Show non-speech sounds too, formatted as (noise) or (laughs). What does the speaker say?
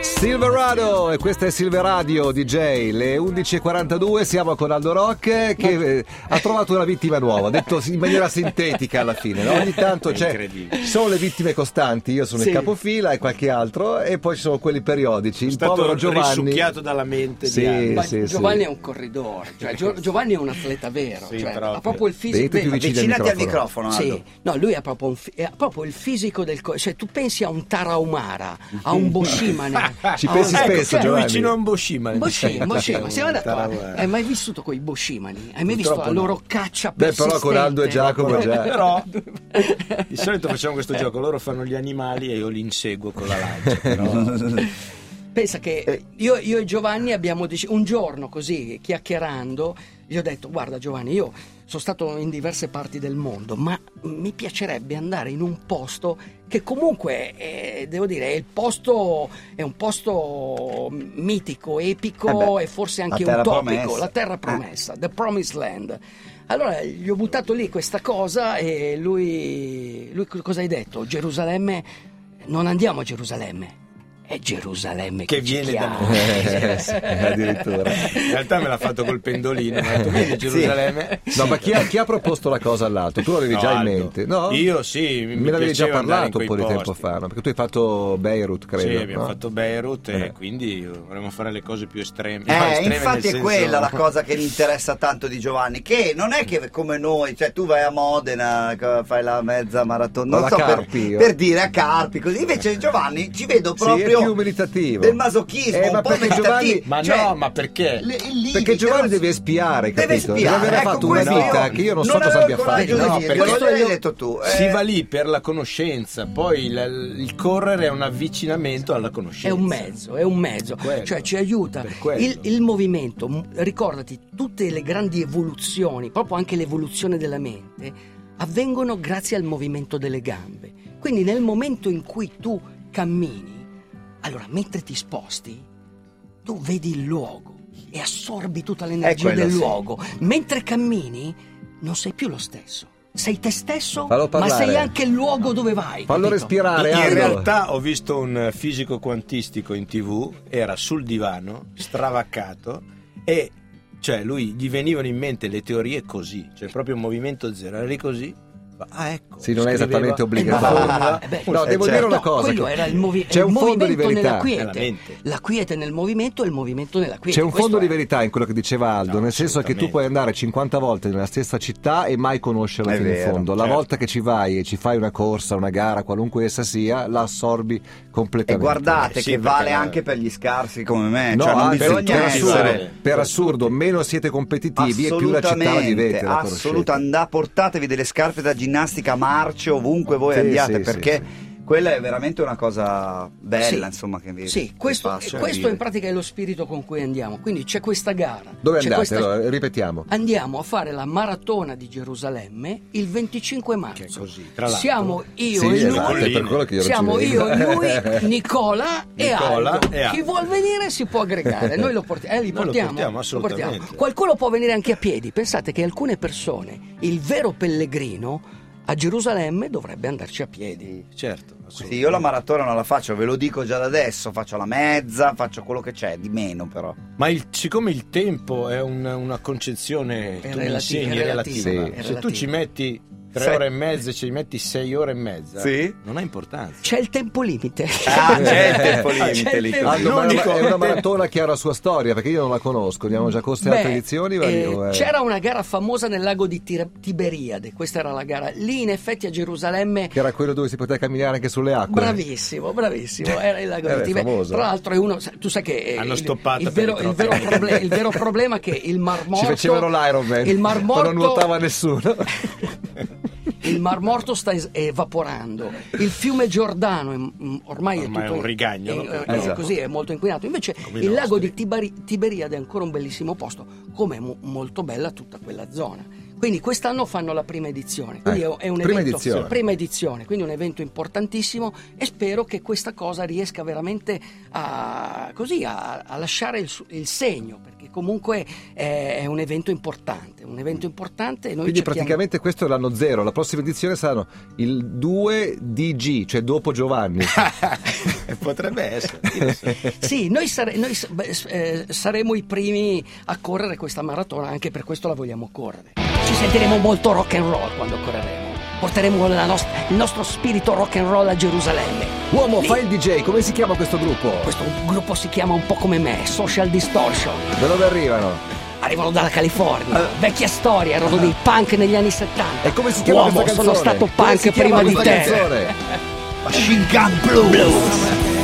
Silverado e questa è Silveradio DJ, le 11.42 siamo con Aldo Rock che eh, ha trovato una vittima nuova, detto in maniera sintetica alla fine, no? ogni tanto È c'è, incredibile. ci sono le vittime costanti, io sono Sì. il capofila e qualche altro e poi ci sono quelli periodici, il stato povero Giovanni, risucchiato dalla mente Sì. di anni. Ma sì, Giovanni sì. è un corridore, (laughs) cioè, Gio- Giovanni è un atleta vero, Sì, cioè, proprio. ha proprio il Diti fisico. più beh, vicino Avvicinati al microfono. microfono, Sì, Aldo. no, lui ha proprio, un fi- ha proprio il fisico del co- cioè tu pensi a un Tarahumara, a un Boshimane, (laughs) Ah, Ci a pensi un- ecco, spesso, più Giovanni. vicino a un Boshimane. (laughs) Boshimane, Boshimane, siamo andati Tarahumara. a- Hai mai vissuto quei Boshimani? Hai mai visto la Purtroppo no. loro caccia Beh, persistente? però con Aldo e Giacomo già. Però di solito facciamo questo gioco, loro fanno gli animali e io li inseguo con la lancia. (laughs) Però... Pensa Eh. che io, io e Giovanni abbiamo deciso un giorno così chiacchierando, gli ho detto guarda Giovanni io sono stato in diverse parti del mondo ma mi piacerebbe andare in un posto che comunque eh, devo dire è, il posto, è un posto mitico, Eh epico beh, e forse la anche terra utopico, promessa. Eh. la terra promessa, the promised land. Allora gli ho buttato lì questa cosa e lui, lui co- cosa hai detto? Gerusalemme, non andiamo a Gerusalemme. È Gerusalemme che, Che ci viene da (laughs) chiama. noi. Eh, addirittura. In realtà me l'ha fatto col pendolino, mi ha detto, "Vedi Gerusalemme?" No, ma chi ha, chi ha proposto la cosa all'altro? Tu l'avevi No, già in Aldo. mente? No? Io sì, mi- mi Me l'avevi già piaceva andare in parlato un quei po' di tempo posti. fa, no? perché tu hai fatto Beirut, credo. Sì, abbiamo no? fatto Beirut Eh. e quindi vorremmo fare le cose più estreme. No, Eh, estreme nel infatti è senso- (laughs) quella la cosa che mi interessa tanto di Giovanni, che non è che come noi, cioè tu vai a Modena, co- fai la mezza maratona, Alla non so, per, Carpi, eh. per dire a Carpi, così invece Giovanni ci vedo Sì, è più proprio meditativo. del masochismo, Eh, ma un po' perché Giovanni- meditativo. Ma Cioè, no, ma perché? le- il limite, Perché Giovanni la- deve espiare, Deve capito? Deve espiare, aver ecco, fatto una questo vita io che io non, so non cosa avevo abbia il coraggio fatto. di No, dire, perché questo l'hai io- detto tu. eh. Si va lì per la conoscenza, poi il, il correre è un avvicinamento alla conoscenza. È un mezzo, è un mezzo, quello. cioè ci aiuta. Per quello. Il, il movimento, m- ricordati, tutte le grandi evoluzioni, proprio anche l'evoluzione della mente, avvengono grazie al movimento delle gambe. Quindi nel momento in cui tu cammini, allora mentre ti sposti, tu vedi il luogo e assorbi tutta l'energia quello, del sì. luogo. Mentre cammini non sei più lo stesso. Sei te stesso, Fallo ma parlare. sei anche il luogo dove vai. Fallo capito? respirare, In Aldo. realtà ho visto un fisico quantistico in tv, era sul divano, stravaccato, e cioè lui gli venivano in mente le teorie così, cioè proprio un movimento zero, era lì così. fa, Ah, ecco. Sì, non è scriveva esattamente una obbligatorio. formula. Eh beh, No, eh, devo certo. dire una No, cosa, quello che era il, movi- c'è il un fondo di movimento verità, nella nella quiete. mente. La quiete nel movimento e il movimento nella quiete. C'è un Questo fondo di è. verità in quello che diceva Aldo, No, nel senso che tu assolutamente. puoi andare 50 volte nella stessa città e mai conoscerla È fino in vero, fondo. La certo. volta che ci vai e ci fai una corsa, una gara, qualunque essa sia, la assorbi E completamente. guardate Eh, sì, che perché vale la- anche per gli scarsi come me, No, cioè non anzi, bisogna per, assurdo, essere... per assurdo, meno siete competitivi e più la città la vivete. la conoscete. assolutamente. Andà, portatevi delle scarpe da ginnastica a marce ovunque voi Sì, andiate sì, perché quella è veramente una cosa bella, Sì. insomma, che vi Sì, vi questo, fa sorridere. questo in pratica è lo spirito con cui andiamo. Quindi c'è questa gara. Dove c'è andate? Cioè, questa- Allora, ripetiamo. Andiamo a fare la maratona di Gerusalemme il 25 marzo. Che è così, tra l'altro. Siamo io Sì, e lui. esatto, è per quello che io non ci Siamo vedo. (laughs) (laughs) io, lui, Nicola e Nicola Aldo. e Aldo. Chi vuol venire si può aggregare. Noi lo porti- eh, li Noi lo portiamo. portiamo, Lo assolutamente. Qualcuno può venire anche a piedi. Pensate che alcune persone, il vero pellegrino a Gerusalemme dovrebbe andarci a piedi. Certo, Sì, io la maratona non la faccio, ve lo dico già da adesso, faccio la mezza, faccio quello che c'è, di meno però. Ma il- siccome il tempo è un- una concezione È tu mi relati- insegni, è relativa, relativa, è se tu relativa. ci metti tre Sei- ore e mezza, ci metti sei ore e mezza, Sì. non ha importanza. C'è il tempo limite. Ah, c'è (laughs) il tempo C'è limite il lì, tempo Aldo, ma è una- L'unico- è una maratona che ha la sua storia, perché io non la conosco, ne abbiamo già corse Beh, altre edizioni. ma eh, io, eh, C'era una gara famosa nel lago di Tira- Tiberiade, questa era la gara. Lì in effetti a Gerusalemme... Che era quello dove si poteva camminare anche sulle acque. Bravissimo, bravissimo, era il lago Eh, di beh, Tiberiade. famoso. Tra l'altro è uno, sai- tu sai che... eh, Hanno il- stoppato il per vero, i il, vero trofei. proble- il vero problema è (laughs) che il Mar Morto... Ci facevano l'Iron Man. Il Mar ma Morto... non nuotava (laughs) nessuno. Il Mar Morto sta es- evaporando, il fiume Giordano è- mm, Ormai ormai, è tutto un rigagnolo, è- proprio. è- Esatto. così è molto inquinato. Invece Come i il nostri. lago di Tibari- Tiberiade è ancora un bellissimo posto, come è mo- molto bella tutta quella zona. Quindi quest'anno fanno la prima edizione, quindi Ecco, è un prima evento, edizione. prima edizione, quindi un evento importantissimo e spero che questa cosa riesca veramente a, così, a, a lasciare il, su- il segno, perché comunque è, è un evento importante, un evento importante e noi Quindi cerchiamo- praticamente questo è l'anno zero. Ah, La prossima edizione saranno il 2 DG, cioè dopo Giovanni. Potrebbe essere. chi lo sa. Sì, noi, sare- noi s- beh, s- eh, saremo i primi a correre questa maratona, anche per questo la vogliamo correre. Ci sentiremo molto rock and roll quando correremo. Porteremo la nos- il nostro spirito rock and roll a Gerusalemme. Uomo, Lì- fai il DJ, come si chiama questo gruppo? Questo gruppo si chiama un po' come me, Social Distortion. Da dove arrivano? Arrivano dalla California, vecchia storia, erano dei punk negli anni 70. Eh. E come si chiama Uomo, questa canzone? sono stato Come punk si chiama prima di te. questa canzone? Machine Gun Blues.